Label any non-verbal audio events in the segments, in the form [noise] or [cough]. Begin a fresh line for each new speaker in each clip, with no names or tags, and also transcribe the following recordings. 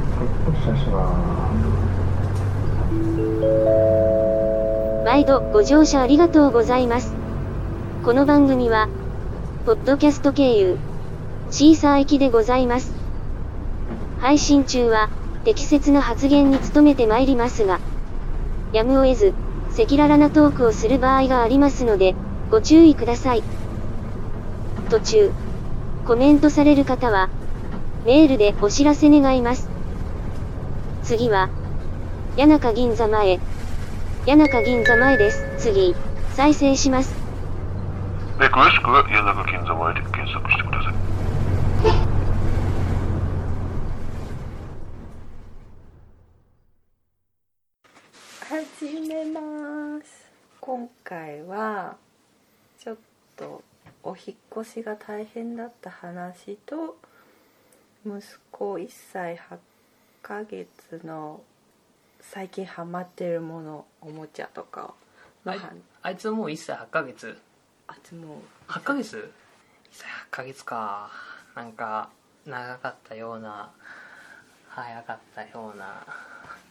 車します。
毎度ご乗車ありがとうございます。この番組は、ポッドキャスト経由、シーサー行きでございます。配信中は、適切な発言に努めてまいりますが、やむを得ず、赤裸々なトークをする場合がありますので、ご注意ください。途中、コメントされる方は、メールでお知らせ願います。次は、谷中銀座前、谷中銀座前です。次、再生します。
で、詳しくは谷中銀座前で検索してください。
始めます今回はちょっとお引っ越しが大変だった話と息子1歳8ヶ月の最近ハマってるものおもちゃとかの
あい
話
あいつもう1歳8ヶ月
あつも
8ヶ月 ?1 歳8ヶ月かなんか長かったような早かったような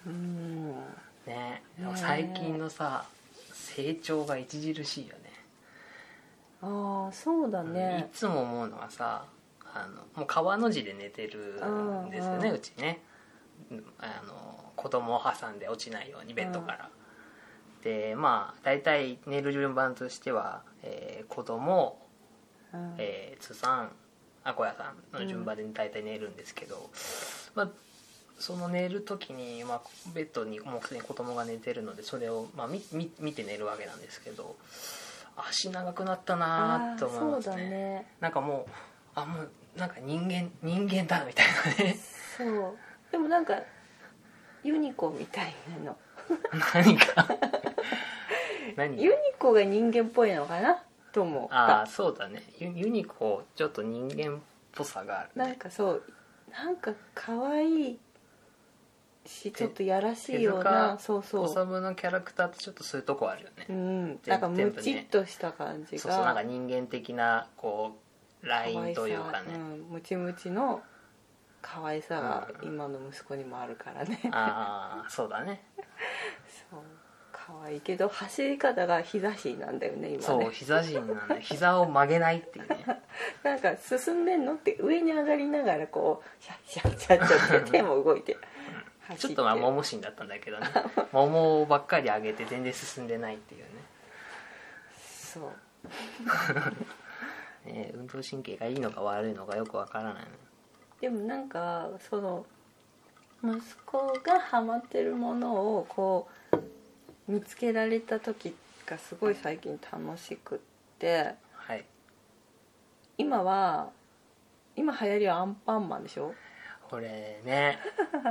ううん
ねで
ね
も
え
最近のさ成長が著しいよ
ああそうだ
ね
ね
いつも思うのはさあのもう川の字で寝てるんですよ
うん
ね
うん
うちねうんあの子供を挟んで落ちないようにベッドから、でまあ大体寝る順番としては、えー子供
うん
えー、津さんあこやさんの順番で大体寝るんですけど、まあ、その寝る時に、まあ、ベッドにもうすでに子供が寝てるのでそれを、まあ、みみ見て寝るわけなんですけど足長くなったな
あー
と思い
そ
ま
う
す
だ
ね
ね
なんかもうあもうなんか人間人間だみたいなね [laughs]
そうでもなんかユニコみたいなの
何
[laughs]
か何
ユニコが人間っぽいのかなと思う
ああそうだねユユニコちょっと人間っぽさがある、ね、
なんかそうなんか可愛いしちょっとやらしいよう
手
な
塚
そうそ
おさむのキャラクターってちょっとそういうとこあるよね
う、うん、なんかムチっとした感じが
そうそうなんか人間的なこうラインというか
可愛さ
ね、
うん、ムチムチの可愛さが
うん
今の息子にもあるからね
ああそうだね
そう可愛いけど走り方が日差しなんだよね今
そう
ね
膝人なんで膝を曲げないっていう [laughs] ね
なんか進んでんのって上に上がりながらこうシャッシャッシャッシャッって手も動いて
ち
走
ょ
っ
ってとまあ桃心だったんだ [laughs] けどね桃ばっかり上げて全然進んでないっていう
そう
ねね運動神経がいいのか悪いのかよくわからないね
でもなんかその息子がハマってるものをこう見つけられた時がすごい最近楽しくって
はい
今は今流行りはアンパンマンでしょ
これ [laughs] ね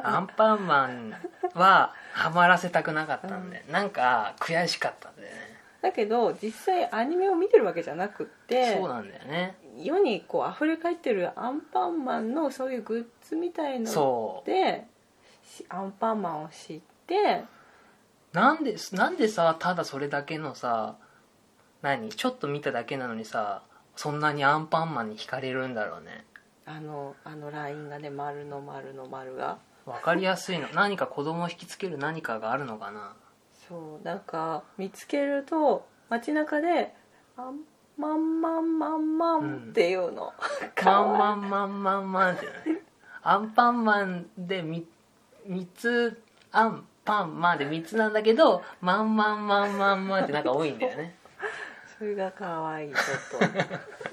アンパンマンはハマらせたくなかったんで、なんか悔しかったんだよね
だけど実際アニメを見てるわけじゃなくって
そうなんだよね
世にこう溢れ返ってるアンパンマンのそういうグッズみたいの
そう
でしアンパンマンを知って
なんでなんでさただそれだけのさ何ちょっと見ただけなのにさそんなにアンパンマンに惹かれるんだろうね
あのあのラインがね丸の丸の丸が。
わかり
[laughs]
やすいの何か子供を引きつける何かがあるのかな
そうなんか見つけると街中で「あんまんまんまんまん」っていうの、 [laughs]
マンマンマンマンマンってねアンパンマンでみ3つアンパンマンで3つなんだけどマンマンマンマンマンってなんか多いんだよね
それが可愛いちょっ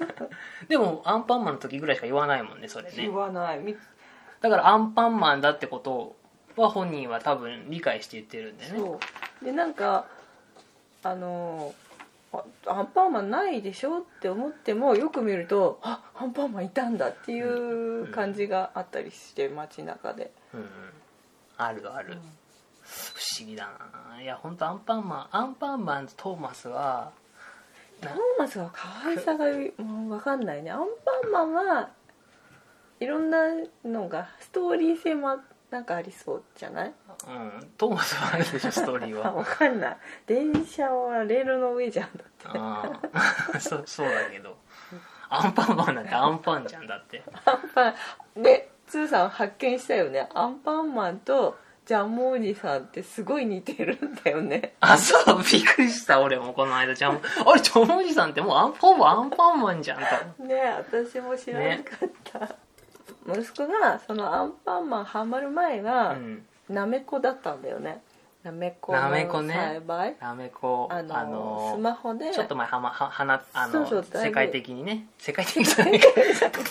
と
でもアンパンマンの時ぐらいしか言わないもんねそれね
言わないみ
だからアンパンマンだってことは本人は多分理解して言ってるんだよね
そうでなんかあのあアンパンマンないでしょって思ってもよく見るとあアンパンマンいたんだっていう感じがあったりして街中で
うんうんあるある、不思議だないや本当アンパンマンアンパンマンとトーマスは
トーマスは可愛さがもう分かんないねアンパンマンはいろんなのがストーリー性もなんかありそうじゃない
うんトーマスはある
[laughs]
でしょストーリー
あ
は
分かんない電車はレールの上じゃんだって
ああそうそうだけどアンパンマンなんてアンパンじゃんだって
アンパンでつーさん発見したよねアンパンマンとジャムおじさんってすごい似てるんだよね
あ、そう、びっくりした、俺もこの間、ジャム、あれ、ジャムおじさんってもうアン、ほぼアンパンマンじゃん、と。
ねえ私も知らなかった、息子がそのアンパンマンハマる前
う
は、
ん。
なめこだったんだよねなめこの
なめこね
栽培、
なめこ、
あのスマホで
ちょっと前はまは花あの
そうそうだいぶ
世界的にね世界的じゃないか [laughs]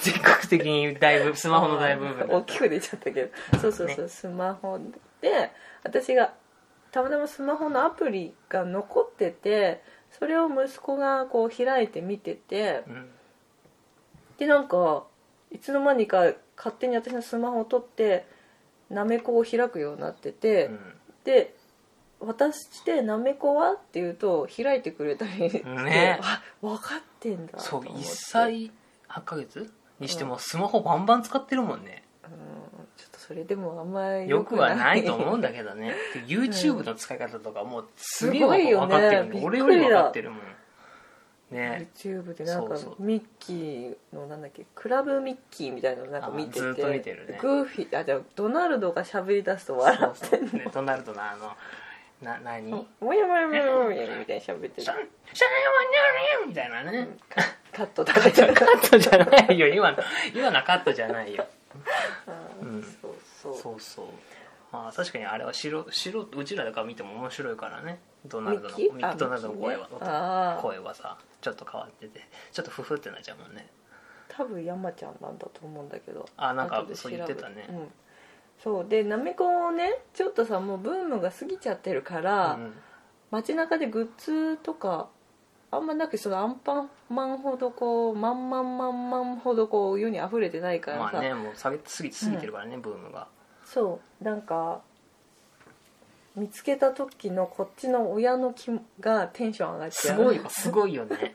全国的にだいぶスマホの大部分
大きく出ちゃったけどそうそうそう、スマホで私がたまたまスマホのアプリが残っててそれを息子がこう開いて見てて
うん
でなんかいつの間にか勝手に私のスマホを取ってなめこを開くようになってて、で渡して「なめこは?」って言うと開いてくれたりして、
ね
あ分かってんだ
そう
と思っ
1
て
歳8ヶ月にしてもスマホバンバン使ってるもんね
うんちょっとそれでもあんまり
よくはないと思うん
だ
だけどねで YouTube の使い方とかもうすげえ
すごいよ
分
ね
かってるんで
びっく
俺
りだ
より分かってるもんね
YouTube でなんか
そうそう
ミッキーのなんだっけクラブミッキーみたいなのなんか見てて
あずっと見てるね
グーフィーあじゃあドナルドが喋り出すと
そ
笑っ
うそ
て
うん
の
ねドナルドのあのな何
うんもやもやもやもやみたいに喋って
「
る
そんそれは何?」みたいなね
カットだ
[laughs] カ
けど
ットじゃないよ今の今のカットじゃないようん
そうそう
そうそうまあ確かにあれは白白うちらだから見ても面白いからねドナルドの
ミッキー
ミッキ
あ
ードナルドの声は
ミッキーねあー
声はさちょっと変わっててちょっとフフってなっちゃうもんね
多分山ちゃんなんだと思うんだけど
あなんか
後で調べ
そう言ってたね
うんそうでなめこをねちょっとさもうブームが過ぎちゃってるから、
うん
街中でグッズとかあんまなくそのアンパンマンほどこうまんまんまんまんほどこう世に溢れてないからさ、
まあねもう下げすぎ過ぎてるからね、ブームが
そうなんか見つけた時のこっちの親の気がテンション上がっち
す
ゃう
ごいよすごいよね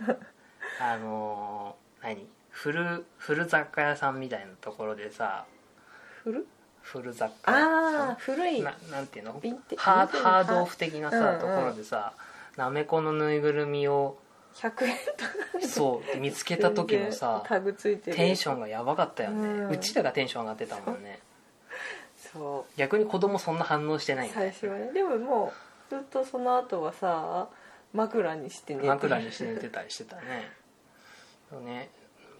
あのー何古古雑貨屋さんみたいなところでさ
古
古雑貨屋さん
ああ古い
ななんていうの
ヴィンテ
ハ
ヴィン
ー
テージ
ハードオフ的なさ、
はい
ところでさなめこのぬいぐるみを
100円とか
そう見つけた時のさ
タグついてる
テンションがやばかったよね、
う
うんちらがテンション上がってたもんね
そ
逆に子供そんな反応してな
う
いよ
最
ね
初はねでももうずっとその後はさ枕にして寝て
枕にして寝てたりしてたねそうね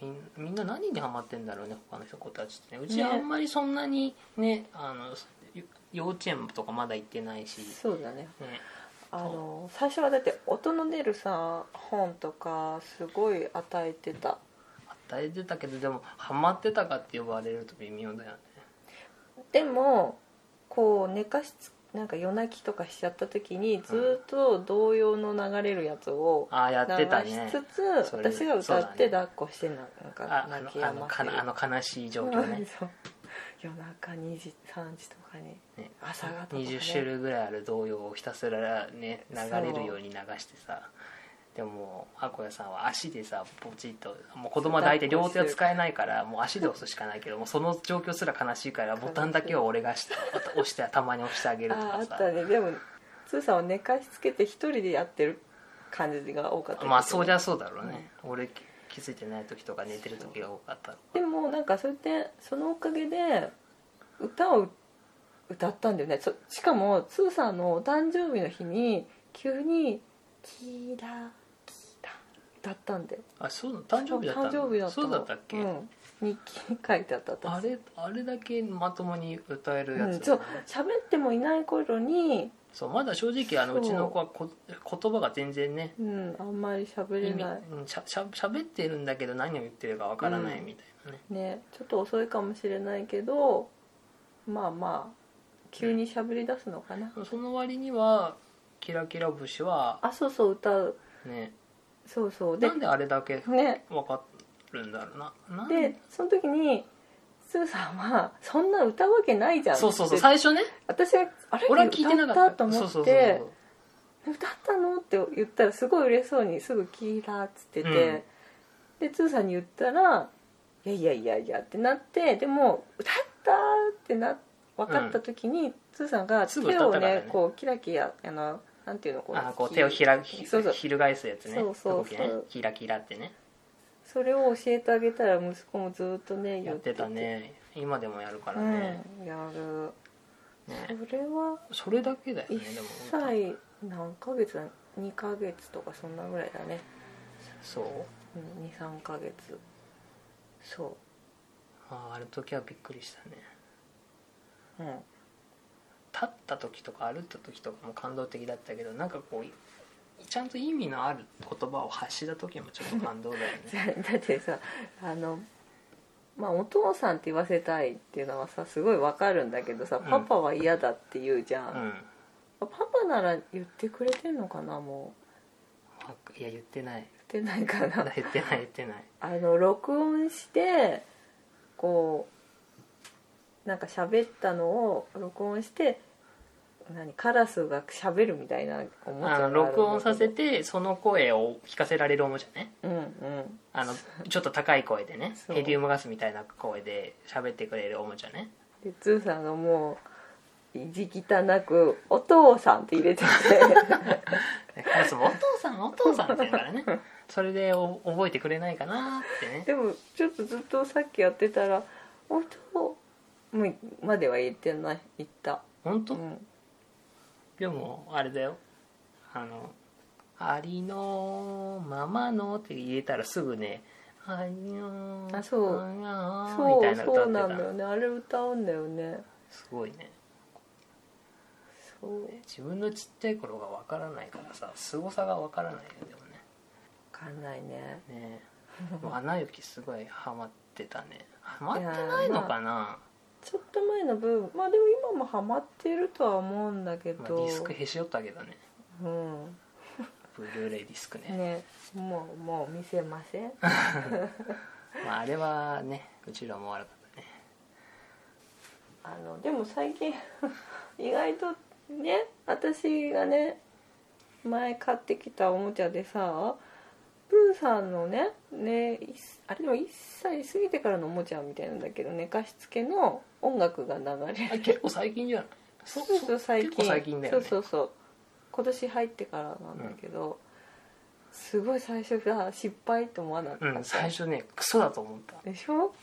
みんみんな何にハマってんだろうね他の人子たちってねうち
ね
はあんまりそんなにねあのよ幼稚園とかまだ行ってないし、ね、
そうだねあの最初はだって音の出るさ本とかすごい与えてた
与えてたけどでもハマってたかって呼ばれると微妙だよね
でもこう寝かしつなんか夜泣きとかしちゃった時にずっと同様の流れるやつを
ああや
流
ってた
し
ね
つつ、
それ
私が歌っ
そ
て
うだ
抱っこしてなんか
ああ
泣き
のあ
止
の
ま
か
せる
なあの悲しい状況ね
そう夜中2時3時とかに
ね
朝方とかね
20種類ぐらいある童謡をひたすらね流れるように流してさでももうあこやさんは足でさポチッともう子供は抱いて両手は使えないからもう足で押すしかないけどもうその状況すら悲しいからボタンだけは俺がして押してたまに押してあげると
ああ
か
っ
さ
たねでもつーさんを寝かしつけて一人でやってる感じが多かったけど
まあそりゃそうだろうね、俺気づいてない時とか寝てる時が多かった
でもなんかそれってそのおかげで歌を歌ったんだよねそしかもつーさんのお誕生日の日に急に「キラキラ」だったんだよ
あそうだ誕生日だったの
誕生日だったの
そうだったっけ、
うん、日記に書いてあった私
あれあれだけまともに歌えるやつ、
うん、そう喋ってもいない頃に、
そうまだ正直あの
そう
うちの子はこ言葉が全然ね
うん、あんまり喋
意
れ
味
ない
うんしゃしゃ喋ってるんだけど何を言ってるかわからないみたいなね、
ねちょっと遅いかもしれないけどまあまあ急に喋り出すのかな、
その割にはキラキラ星は
あそうそう歌う
ね
そうそうで
なんであれだけ
ね
わかるんだろうななん
でその時にスーさんは「そんな歌うわけないじゃん」
そうそうそ
って
う最初ね
私は「あれ
俺は聞いてなかった
歌と思って
そうそうそうそう
歌ったの?」って言ったらすごい嬉しそうにすぐ「キーラ」っつってて、でツーさんに言ったら「いやいやいやいや」ってなってでも「歌った!」ってな分かった時に、ツーさんが
す
手
ぐ歌っ
を
た
ね
からね
こうキラキラあのなんていうのこう
あこう手を開くひ
そうそう
翻すやつね
そうそうそう
動きねキラキラってね
それを教えてあげたら息子もずっとね
やってたね今でもやるからね,、
うん、やる
ね
それは
それだけだよね
1
でも
歳何ヶ月だ2ヶ月とかそんなぐらいだね、
そう
うん、23ヶ月そ
あーある時はびっくりしたね
ううん
立った時とか歩った時とかも感動的だったけどなんかこういちゃんと意味のある言葉を発した時もちょっと感動だ
[laughs]
よね
だってさあのまあお父さんって言わせたいっていうのはさすごいわかるんだけどさ
ん
パパは嫌だって言うじゃ、
うんん
パパなら言ってくれてんのかなもう
わいや言ってない
言ってないか
ま
な
だ言ってない言ってない
あの録音してこうなんか喋ったのを録音して何カラスが喋るみたいなおもちゃ
あ
があ
の
るんだけど
録音させてその声を聞かせられるおもちゃね
うんうん
あのちょっと高い声でね
そう
ヘリウムガスみたいな声で喋ってくれるおもち
[laughs]
ゃね
でツーさんがもう意地汚く「お父さん」って入れてて
[laughs] カラスも「お父さんお父さん」って言うからねそれでお覚えてくれないかなってね
でもちょっとずっとさっきやってたら「お父」もまでは言ってない言った、
本当、
うん、
でもあれだよあの「ありのままの」って言えたらすぐね「ありの
あそう
あーみ
そ
た
うそ
いな歌
うな
っ
ん
て
だ
た
よねあれ歌うんだよね
すごいね
そう
自分のちっちゃい頃がわからないからさ凄さがわからないよでもね
分かんないね [laughs]
ねえもう「アナ雪」すごいハマってたねハマってないのかな、
ちょっと前の分まあでも今もハマってるとは思うんだけ
まあ、
ど、
ディスクへし折ったけどね
うん
ブルーレイディスクね
ねもうもう見せませ
[laughs]
ん
まあ、あれはねうちらも悪かっ
[laughs]
たね
あのでも最近 [laughs] 意外とね私がね前買ってきたおもちゃでさプーさんのねねいっあれでも1歳過ぎてからのおもちゃみたいなんだけど寝かしつけの音楽が流れ
あ
る
結構最近じゃない
そうそう最近
結構最近だよね
そうそうそう今年入ってからなんだけど、すごい最初が失敗と思わなかった、
うん最初ねクソだと思った
でしょ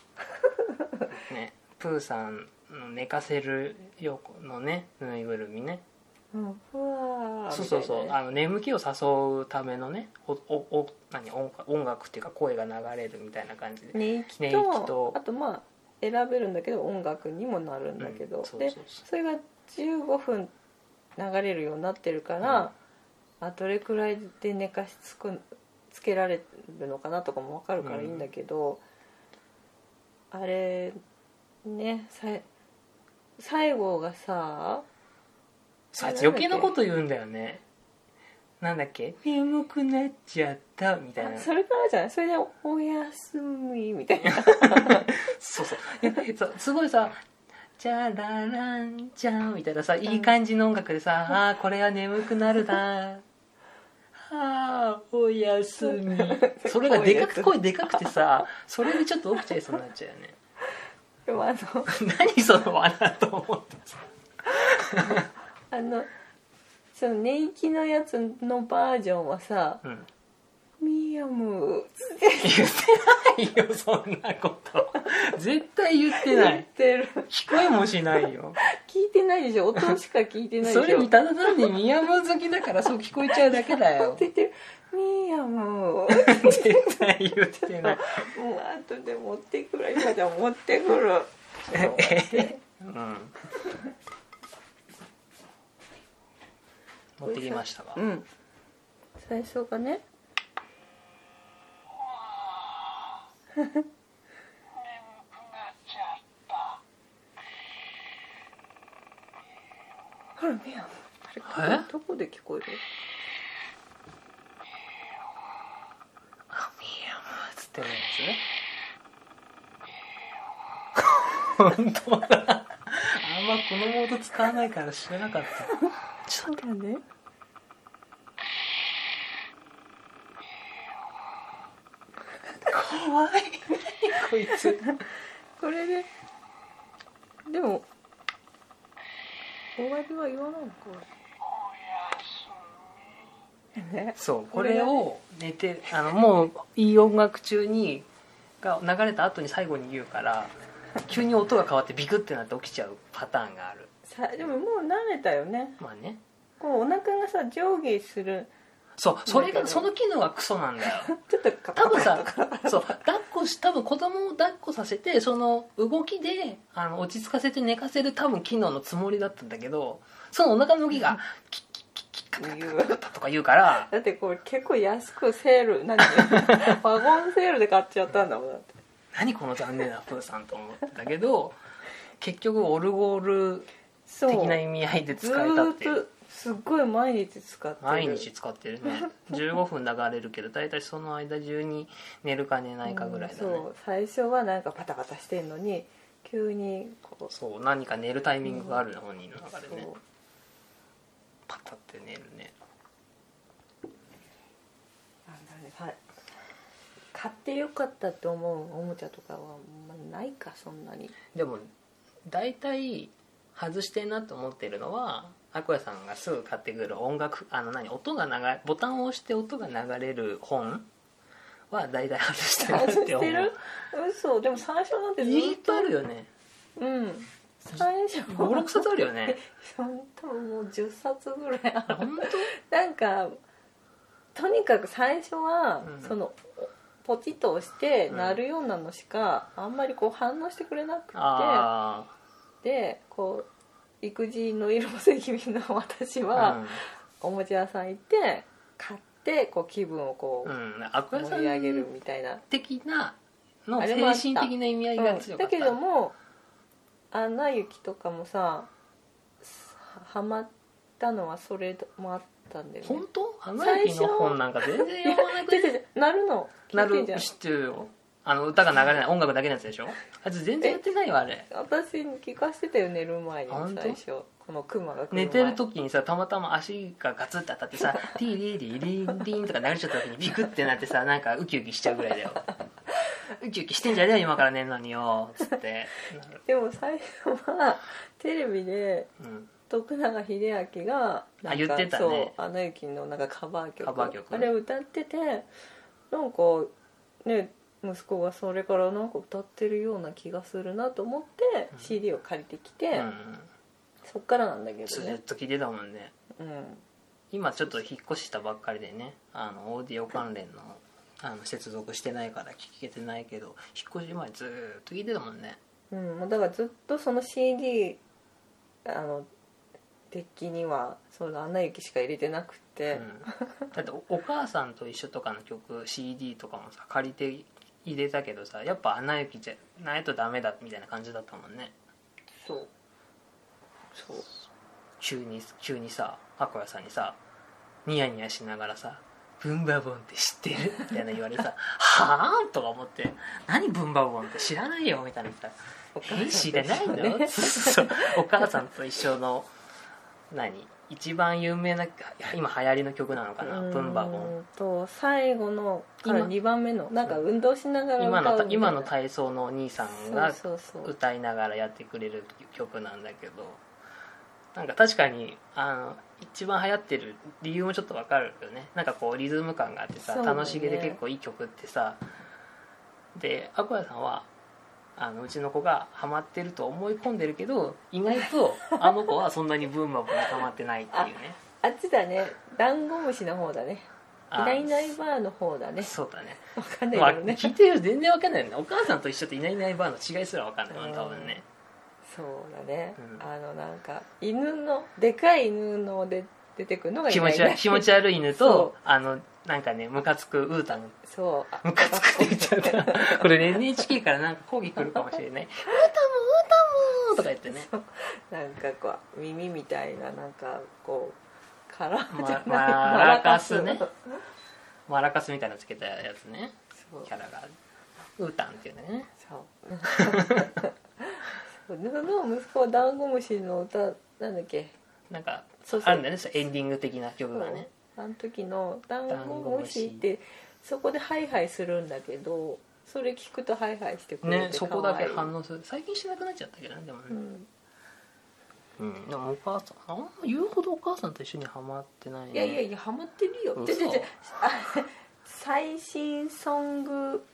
ねプーさんの寝かせる横のねぬいぐるみね
うんうわー
そうそうそ
み
う、
たいなね
あの眠気を誘うためのねおおお何音楽音楽っていうか声が流れるみたいな感じで、
寝息と
寝息と
あとまあ選べるんだけど音楽にもなるんだけど、
うんそうそう
で
そう
それが15分流れるようになってるから、あどれくらいで寝かしつくつけられるのかなとかも分かるからいいんだけど、あれねさい最後がさ
そうあいつ
なんだっ
余
け
計なこと言うんだよねなんだっけ眠くなっちゃったみたいな
それからじゃないそれで「おやすみ」みた
[laughs]
いな
そうそうえそうすごいさ「チャラランチャン」みたいなさいい感じの音楽でさ「ああーこれは眠くなるな」「ああおやすみ」それがでかく声でかくてさそれでちょっと起きちゃいそうになっちゃうよね
でもあの
何その罠と思ってさ
あのその寝息のやつのバージョンはさ
うん
「ミヤム」
言ってないよそんなこと絶対言ってな
言っ
い
てる
聞こえもしないよ
聞いてないでしょ音しか聞いてないでし
そ
ょ
れにただ単に宮本好きだからそう聞こえちゃうだけだよ
って言ってる「ミヤ
[laughs]
ム」
絶対言ってない
もうあとで持ってくる今じゃ持ってくる
うん持ってきましたが
うん最初がねほらミヤムあれ
え
どこで聞こえる
ミヤマつってるやつね本当だあんまこのモード使わないから知らなかった
そうだね
怖いこいつ
これででも終わりは言わないのかね
そうこれを寝てあのもういい音楽中にが流れた後に最後に言うから急に音が変わってビクってなって起きちゃうパターンがある
さでももう慣れたよね
まあね
こうお腹がさ上下する
そうそ
だ
れ
け
が
ど
その機能がクソなんだよ
ちょっとカ
多分
[laughs]
さそう抱っこし多分子供を抱っこさせてその動きであの落ち着かせて寝かせる多分機能のつもりだったんだけどそのお腹の動きがキッキッキッキッカタカタカタカタとか言うから
だってこれ結構安くセール何 [laughs] ワゴンセールで買っちゃったんだもんだって
何この残念なプーさんと思ってたけど結局オルゴール
そう
的な意味合いで使
ず
えたっ
ーって
いう
とすっごい毎日使ってる
毎日使ってるね15分流れるけど大体その間中に寝るか寝ないかぐらいだね、
うんそう最初はなんかパタパタしてんのに急にこう
そう何か寝るタイミングがあるの本人の中でね
そう
パタって寝るね
なんだろうねはい買ってよかったって思うおもちゃとかはまあないかそんなに
でも大体外してんなと思ってるのはアクアさんがすぐ買ってくる音楽あの何音が流れボタンを押して音が流れる本は大体外してるな
外
っ
して
思う
る嘘でも最初なんてずっ
いっ
と
ぱいあるよね
うん最初
56冊あるよね
[laughs] 本当もう10冊ぐらいある
本当
なんかとにかく最初は、
うん
そのポチッと押して
うん
鳴るようなのしか、あんまりこう反応してくれなくて
あ
でこう育児の色せ気味の私
あ
は、おもちゃ屋さん行って買ってこう気分をこ
う、
うん
うん、アクアさ
盛り上げる
ん
みたいな、
的なの
あ
精
れもあった
神的な意味合いが
うん、
強か
だ
った、
けども「アナ雪」とかもさははまったのはそれもあったんだよね
本当花雪の本なんか全然読まな
[laughs]
く
違う違う違うなるの
な
聞いて
る
んじゃん
知ってるよあの歌が流れない音楽だけのやつでしょあいつ全然やってないよあれ
私に聞かせてたよ寝る前に
あ本当
最初このクマが来前
寝てる時にさたまたま足がガツッて当たっ
[laughs]
てさ「ティリリリンリン」とか流れちゃった時にビクってなってさなんかウキウキしちゃうぐらい
[laughs]
だよウキウキしてんじゃねえよ今から寝るのによつってなる
でも最初はテレビで
うん
徳永英明がなんか
あ言ってたね
そう「アナ雪」のなんかカバー曲
カバー曲
あれ歌っててなんかね息子がそれからなんか歌ってるような気がするなと思って
うん
CD を借りてきて、
うん
そっからなんだけ
ず
ど
っ
ね、
と聞いてたもんね
うん、
今ちょっと引っ越したばっかりでねあのオーディオ関連のあの接続してないから聞けてないけど引っ越し前ずーっと聞いてたもんね
うん、もうだからずっとその CD あのデッキにはその「アナ雪」しか入れてなくて、
うん、だっておお母さんと一緒とかの曲 CD とかもさ借りて入れたけどさやっぱ「アナ雪」じゃないとダメだみたいな感じだったもんね
そうそう
急に急にさアクアさんにさニヤニヤしながらさ「ブンバボンって知ってる?」みたいな言われてさ「はぁ?」とか思って「何ブンバボンって知らないよ」みたいなさ
お
「え知らないの?
ね
そうそうそう」お母さんと一緒の何一番有名な今流行りの曲なのかな「ブンバボン」
うーんと最後のから
今
2番目のなんか運動しながら
今
歌うみた
の
いな
今の体操のお兄さんが
そうそうそう
歌いながらやってくれる曲なんだけどなんか確かにあの一番流行ってる理由もちょっとわかるよねなんかこうリズム感があってさ、
そうだね
楽しげで結構いい曲ってさでアクアさんはあのうちの子がハマってると思い込んでるけど意外とあの子はそんなにブームバブにハマってないっていうね
あっちだねダンゴムシの方だね [laughs] い
あ
ないいないバーの方だね
そうだね
わかん
ま
な
あ
いけどね
聞いてる人全然わかんないよねお母さんと一緒っていないいないバーの違いすらわかんないもん多分ね
そうだね、
うん
あのなんか犬のでかい犬ので出てくるのがい
気
な
持
い
ち悪い気持ち悪い犬と
そ
あのなんかねムカつくウータン
そうあ
ムカつくって言っちゃった
[laughs]
これね NHK からなんか抗議来るかもしれない「ウータンもウータンも」とか言ってね、
なんかこう耳みたいななんかこうカラーじゃない、
まマラカスねマラカスみたいなのつけたやつね
そう
キャラがウータンっていうね
そうそうでその息子はダンゴムシの歌なんだっけ
なんか
そうそう
あるんだよねそうエンディング的な曲がね
あの時のダンゴムシってそこでハイハイするんだけどそれ聞くとハイハイしてくれて
ねそこだ
可
け
愛い
反応する最近しなくなっちゃったけどねでも
う
ね、
ん
うん、でもお母さんあんま言うほどお母さんと一緒にはまってないね
いやいやいやハマってるよ
嘘
ででであ最新ソング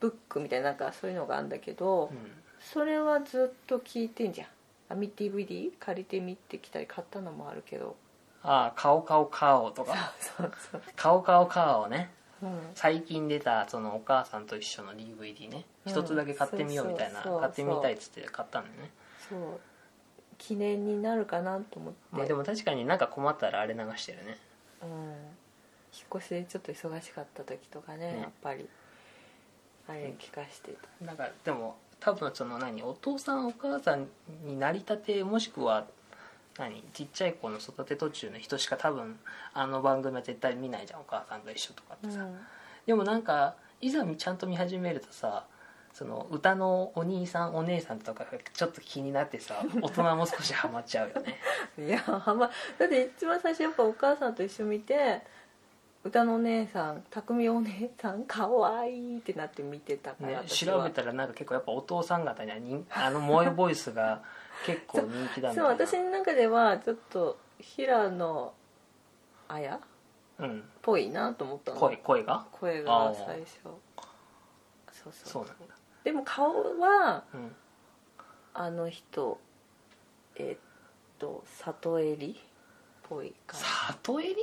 ブックみたいななんかそういうのがあるんだけど、
うん
それはずっと聞いてんじゃんあみ DVD 借りて見てきたり買ったのもあるけど
ああ顔顔顔とか
そうそう
顔顔顔ね
そう、うん、
最近出たそのお母さんと一緒の DVD ね
うん
一つだけ買ってみようみたい
そ
な
うそうそう
買ってみたいっつって買ったんだよね
そう記念になるかなと思って、
まあで
うん、
も確かになんか困ったらあれ流してるね
引っ越しでちょっと忙しかった時とかね
ね
やっぱりあれ聞かしてた、
なんかでも多分その何お父さんお母さんになりたてもしくは何ちっちゃい子の育て途中の人しか多分あの番組は絶対見ないじゃんお母さんと一緒とかってさ、でもなんかいざちゃんと見始めるとさその歌のお兄さんお姉さんとかがちょっと気になってさ大人も少しハマっちゃうよね
いやあんまだって一番最初やっぱお母さんと一緒見て歌のお姉さん匠お姉さんかわいいってなって見てたから、
ね
私は
調べたらなんか結構やっぱお父さん方には人 [laughs] あの萌えボイスが結構人気だみたいな
そう私の中ではちょっと平野綾っ
うん、
ぽいなと思ったの
声声が
声
あ
が
ー
最初そうそう
そうなんだ、
でも顔は
うん、
あの人えっと里襟っぽい感
里襟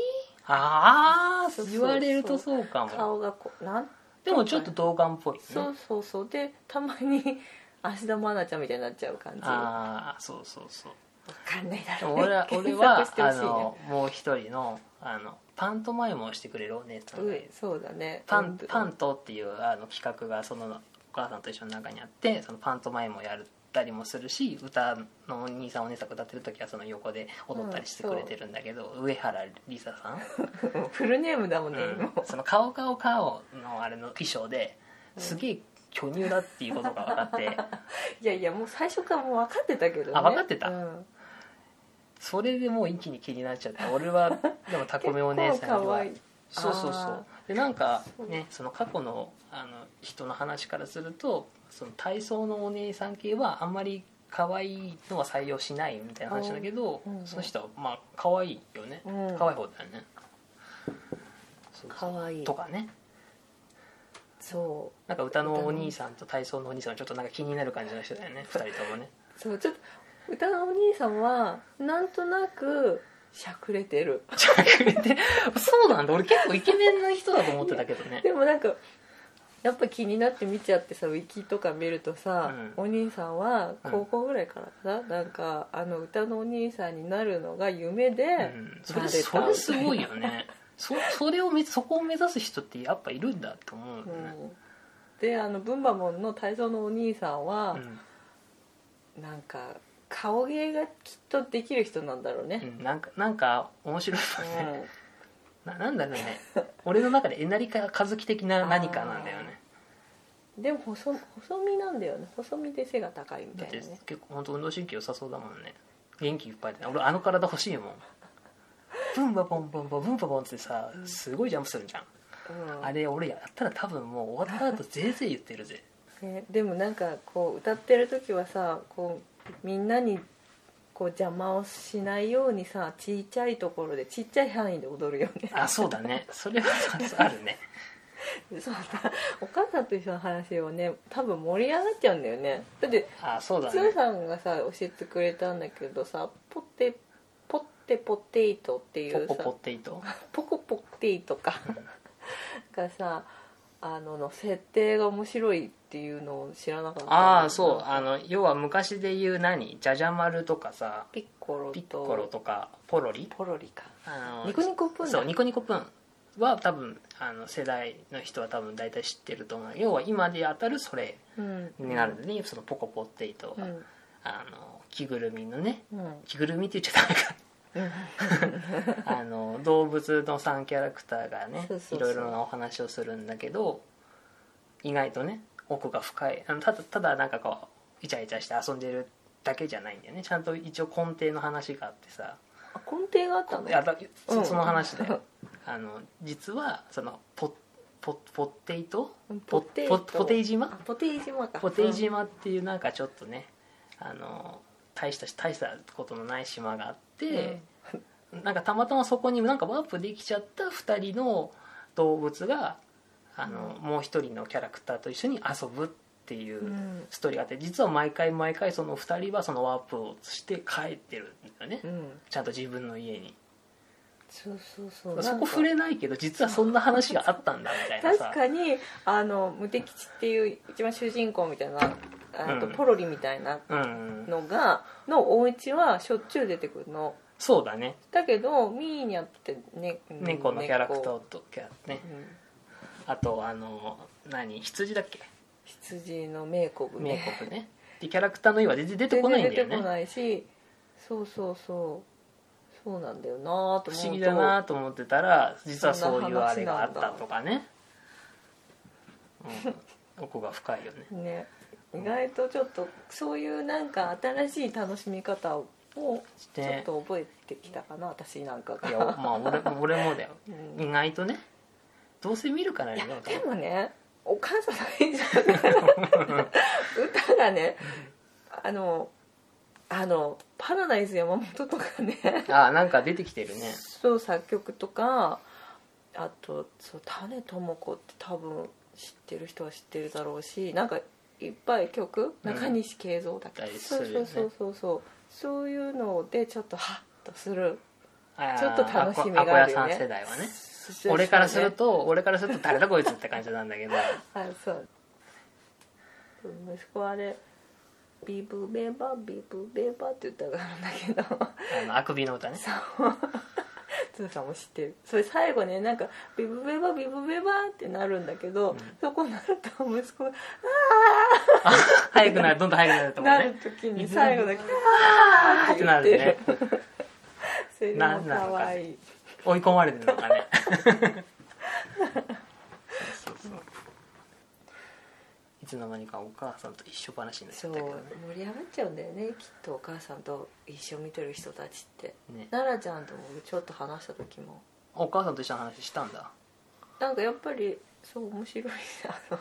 ああ
そうそう
言われるとそうかも
じ顔がこうなん
でもちょっと童顔っぽい、ね、
そうそうそうでたまに [laughs] 芦田愛菜ちゃんみたいになっちゃう感じわ
ああそうそうそう
かんないだ
で
ろ
も
う、ね、
俺 [laughs] は俺
検
は
索
あ
してほしいね
のもう一人のあのパントマイムをしてくれるお姉さんがいる
うんそうだね
パンパントっていうあの企画がそのお母さんと一緒の中にあってそのパントマイムをやったりもするし歌のお兄さんお姉さんが歌ってる時はその横で踊ったりしてくれてるんだけど、上原りささん
うんフルネームだもんね、今
うんその顔顔顔のあれの衣装ですげえ巨乳だっていうことが分かって
いやいやもう最初からもう分かってたけど、ね、
あ分かってた
うん、
それでもう一気に気になっちゃ
[laughs]
って俺はでもタコミお姉さんに
結構可
は
愛い
そうそうそ
あ
うでなんか
そう
ねその過去のあの人の話からするとその体操のお姉さん系はあんまり可愛いのは採用しないみたいな話だけど、
うんうん
その人はまあ可愛いよね、
うん
可愛い方だよねそう
かわいい
とかね
そう
なんか歌のお兄さんと体操のお兄さんはちょっとなんか気になる感じの人だよね二人と
[laughs]
もね
そうちょっと歌のお兄さんはなんとなくしゃくれてる
ちゃくれてそうなんだ俺結構イケメンな人だと思ってたけど
[laughs]
ね
でもなんかやっぱ気になって見ちゃってさウィキとか見るとさ、
うん
お兄さんは高校ぐらいからかな、なんかあの歌のお兄さんになるのが夢で、
うんそれ
バレた
それすごいよねそそれをめそこを目指す人ってやっぱいるんだと思うよ
う
ね、
んであのブンバモンの体操のお兄さん
う
は、
ん
なんか顔芸がきっとできる人なんだろう
う
ね、
んなんかなんか面白いよ
う
ね、
ん
ななんだろうね俺の中でえなりか和樹的な何かなんだよね
でも細細身なんだよね細身で背が高いみた
だっ
い
て
なね
結構本当運動神経良さそうだもんね元気いっぱいで俺あの体欲しいもんブンバボンボンボンブンバボンってさすごいジャンプするじゃん、
うん
あれ俺やったら多分もう終わった後ぜいぜい言ってるぜ
ね、でもなんかこう歌ってる時はさこうみんなにこう邪魔をしないようにさちっちゃいところでちっちゃい範囲で踊るよ
[laughs]
ね
あそうだねそれはあるね
そうだお母さんと一緒の話をね多分盛り上がっちゃうんだよねだって
あそうだ
つ
ね
ーさんがさ教えてくれたんだけどさポテポッテポテイトっていう
ポ
さ
コポテイト
ポコポテイと
[laughs]
かがさあのの設定が面白いっていうのを知らなかった
ああそうあの要は昔で言う何じゃじゃ丸とかさ
ピッコロと
ピッコロとかポロリ
ポロリか
あの
ニコニコプーンだ
そうニコニコプーンは多分あの世代の人は多分大体知ってると思う要は今で当たるそれ
うん
になるんでね、そのポコポテイト
う
は、
ん
あの着ぐるみのね
うん
着ぐるみって言っちゃダメかあの動物の3キャラクターがね
そうそうそう
いろいろなお話をするんだけど意外とね奥が深いあのただただなんかこうイチャイチャして遊んでるだけじゃないんだよねちゃんと一応根底の話があってさ
あ根底があったの
いやだそ
うん
その話だよあの実はそのポッポッポッテイト
うん
ポッ
テイ
ポ
ト
ッポテイ島
あポテイ島か
ポテイ島っていうなんかちょっとねあの大した大したことのない島があって、なんかたまたまそこになんかワープできちゃった2人の動物があの、もう一人のキャラクターと一緒に遊ぶっっていううんストーリーがあって実は毎回毎回その2人はそのワープをして帰ってるんだよね、
うん
ちゃんと自分の家に
そうそうそう
そ
なん
こ
か
触れないけど実はそんな話があったんだみたいな
確
さ
かにあの無敵地っていう一番主人公みたいなあと
うん
ポロリみたいな
うん
のが、のお家はしょっちゅう出てくるの
そうだね
だけどミーニャって、ね、うん
猫のキャラクターとキャラね
猫うん
あとあの何羊だっけ
羊の名国
名国ねでキャラクターの絵は全然出てこないんだよ
全然出てこ
ね
ないしそうそうそうそうなんだよなと思うと
不思議だなと思ってたら実はそういうあれがあったとかね、うん、奥が深いよね
ね意外とちょっとそういうなんか新しい楽しみ方を
し
ちょってと覚えてきたかな私なんかが
いやまあ俺俺もだよ
うん
意外とねどうせ見るからねなんか
でもねお母さんの演奏が
[laughs]
歌がねあのあの「パラダイス山本」とかね
あなんか出てきてるね
そう作曲とかあとそう種智子って多分知ってる人は知ってるだろうしなんかいっぱい曲
うん
中西慶三だっけ、
大好き
そうそうそうそうそうそういうのでちょっとハッとする
あー
ちょっと楽しみがあるよね
アコヤさん世代はね俺からすると俺からすると誰だこいつって感じなんだけど
あそう息子あれ「ビブベバビブベバ」って歌があるんだけど
あのあくびの歌ね
[laughs] つーさんも知ってるそれ最後ねなんか「ビブベバビブベバ」ってなるんだけど、そこなると息子が
あ早くなるどんどん早くな
「
ると思う
な
ね
る時
ビ
に
ブベバ
最後だけ「あー」っ
ってて
言
な
っ
る
て
ね
るそれでも
なんなのか
可愛い
追い込まれてるのか [laughs] ねそうそういつの間にかお母さんと一緒話になっち
そ
ゃっ
う
たけど
盛り上がっちゃうんだよねきっとお母さんと一緒見てる人たちって
ねね
奈々ちゃんともちょっと話した時も
お母さんと一緒の話したんだ
なんかやっぱりそう面白いな [laughs]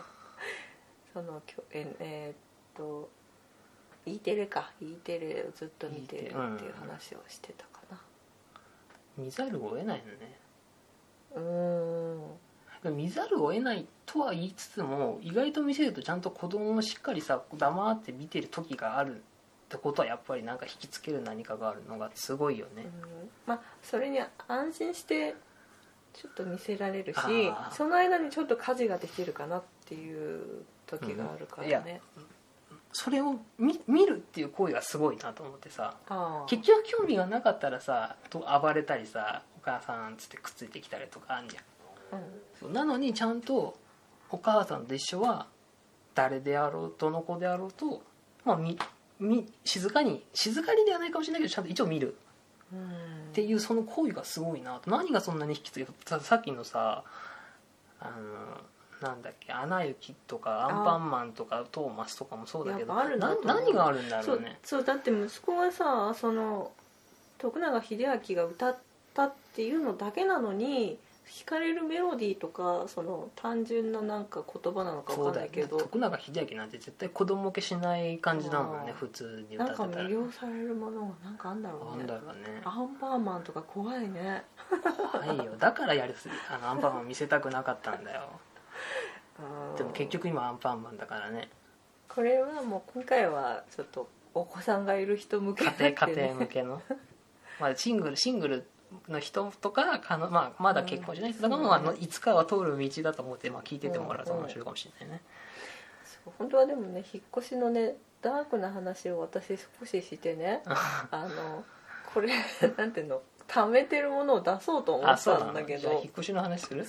あのそのきょええーっと E テレか E テレをずっと見てる
E
っ
テ
て
レうん
いう話をしてたかな
見ざるを得ないのね
うーん
でも見ざるを得ないとは言いつつも意外と見せるとちゃんと子供もしっかりさ黙って見てる時があるってことはやっぱりなんか引きつける何かがあるのがすごいよね
う、んまあそれに安心してちょっと見せられるし
あー
その間にちょっと家事ができるかなっていう時があるから
うんい
ね、
それを見見るっていう行為がすごいなと思ってさ
ああ
結局興味がなかったらさと暴れたりさ「お母さん」っつってくっついてきたりとかあんじゃ
う
ん
ん
そうなのにちゃんとお母さんと一緒は誰であろうどの子であろうと、まあ、みみ静かに静かにではないかもしれないけどちゃんと一応見る
うん
っていうその行為がすごいなと何がそんなに引きつけささっきのさあのなんだっけ「アナ雪」とか「アンパンマン」とか「トーマス」とかもそうだけど
いやあるんだ
な
と思う
何があるんだろうね
そうそうだって息子がさその徳永英明が歌ったっていうのだけなのに惹かれるメロディーとかその単純ななんか言葉なのか
そ
わ
う
かん
だ
な
よ
いけ
ね
ど、
徳永英明なんて絶対子供受けしない感じだもんね
あー
普通に歌っ
な
て
ん
た
から魅了されるものがなんかあんだろ
な
うん
だ
ね
ろうね
アンパンマンとか怖いね
はいよだからやりすあのアンパンマン見せたくなかったんだよ
うん
でも結局今アンパンマンだから
[laughs]
ね
これはもう今回はちょっとお子さんがいる人向け
家庭
だ
家
ってね
庭向けの、まあ、シングルシングルの人とかかの、まあ、まだ結婚しない人とかも、
うん
まああのいつかは通る道だと思って、まあ、聞いててもらうと面白いかもしれないね、
そう本当はでもね引っ越しのねダークな話を私少ししてねあの [laughs] これなんていうの貯めてるものを出そうと思
あ
っ
そう
た
なん
んだけ
[laughs] じゃあ
ど
引っ越しの話する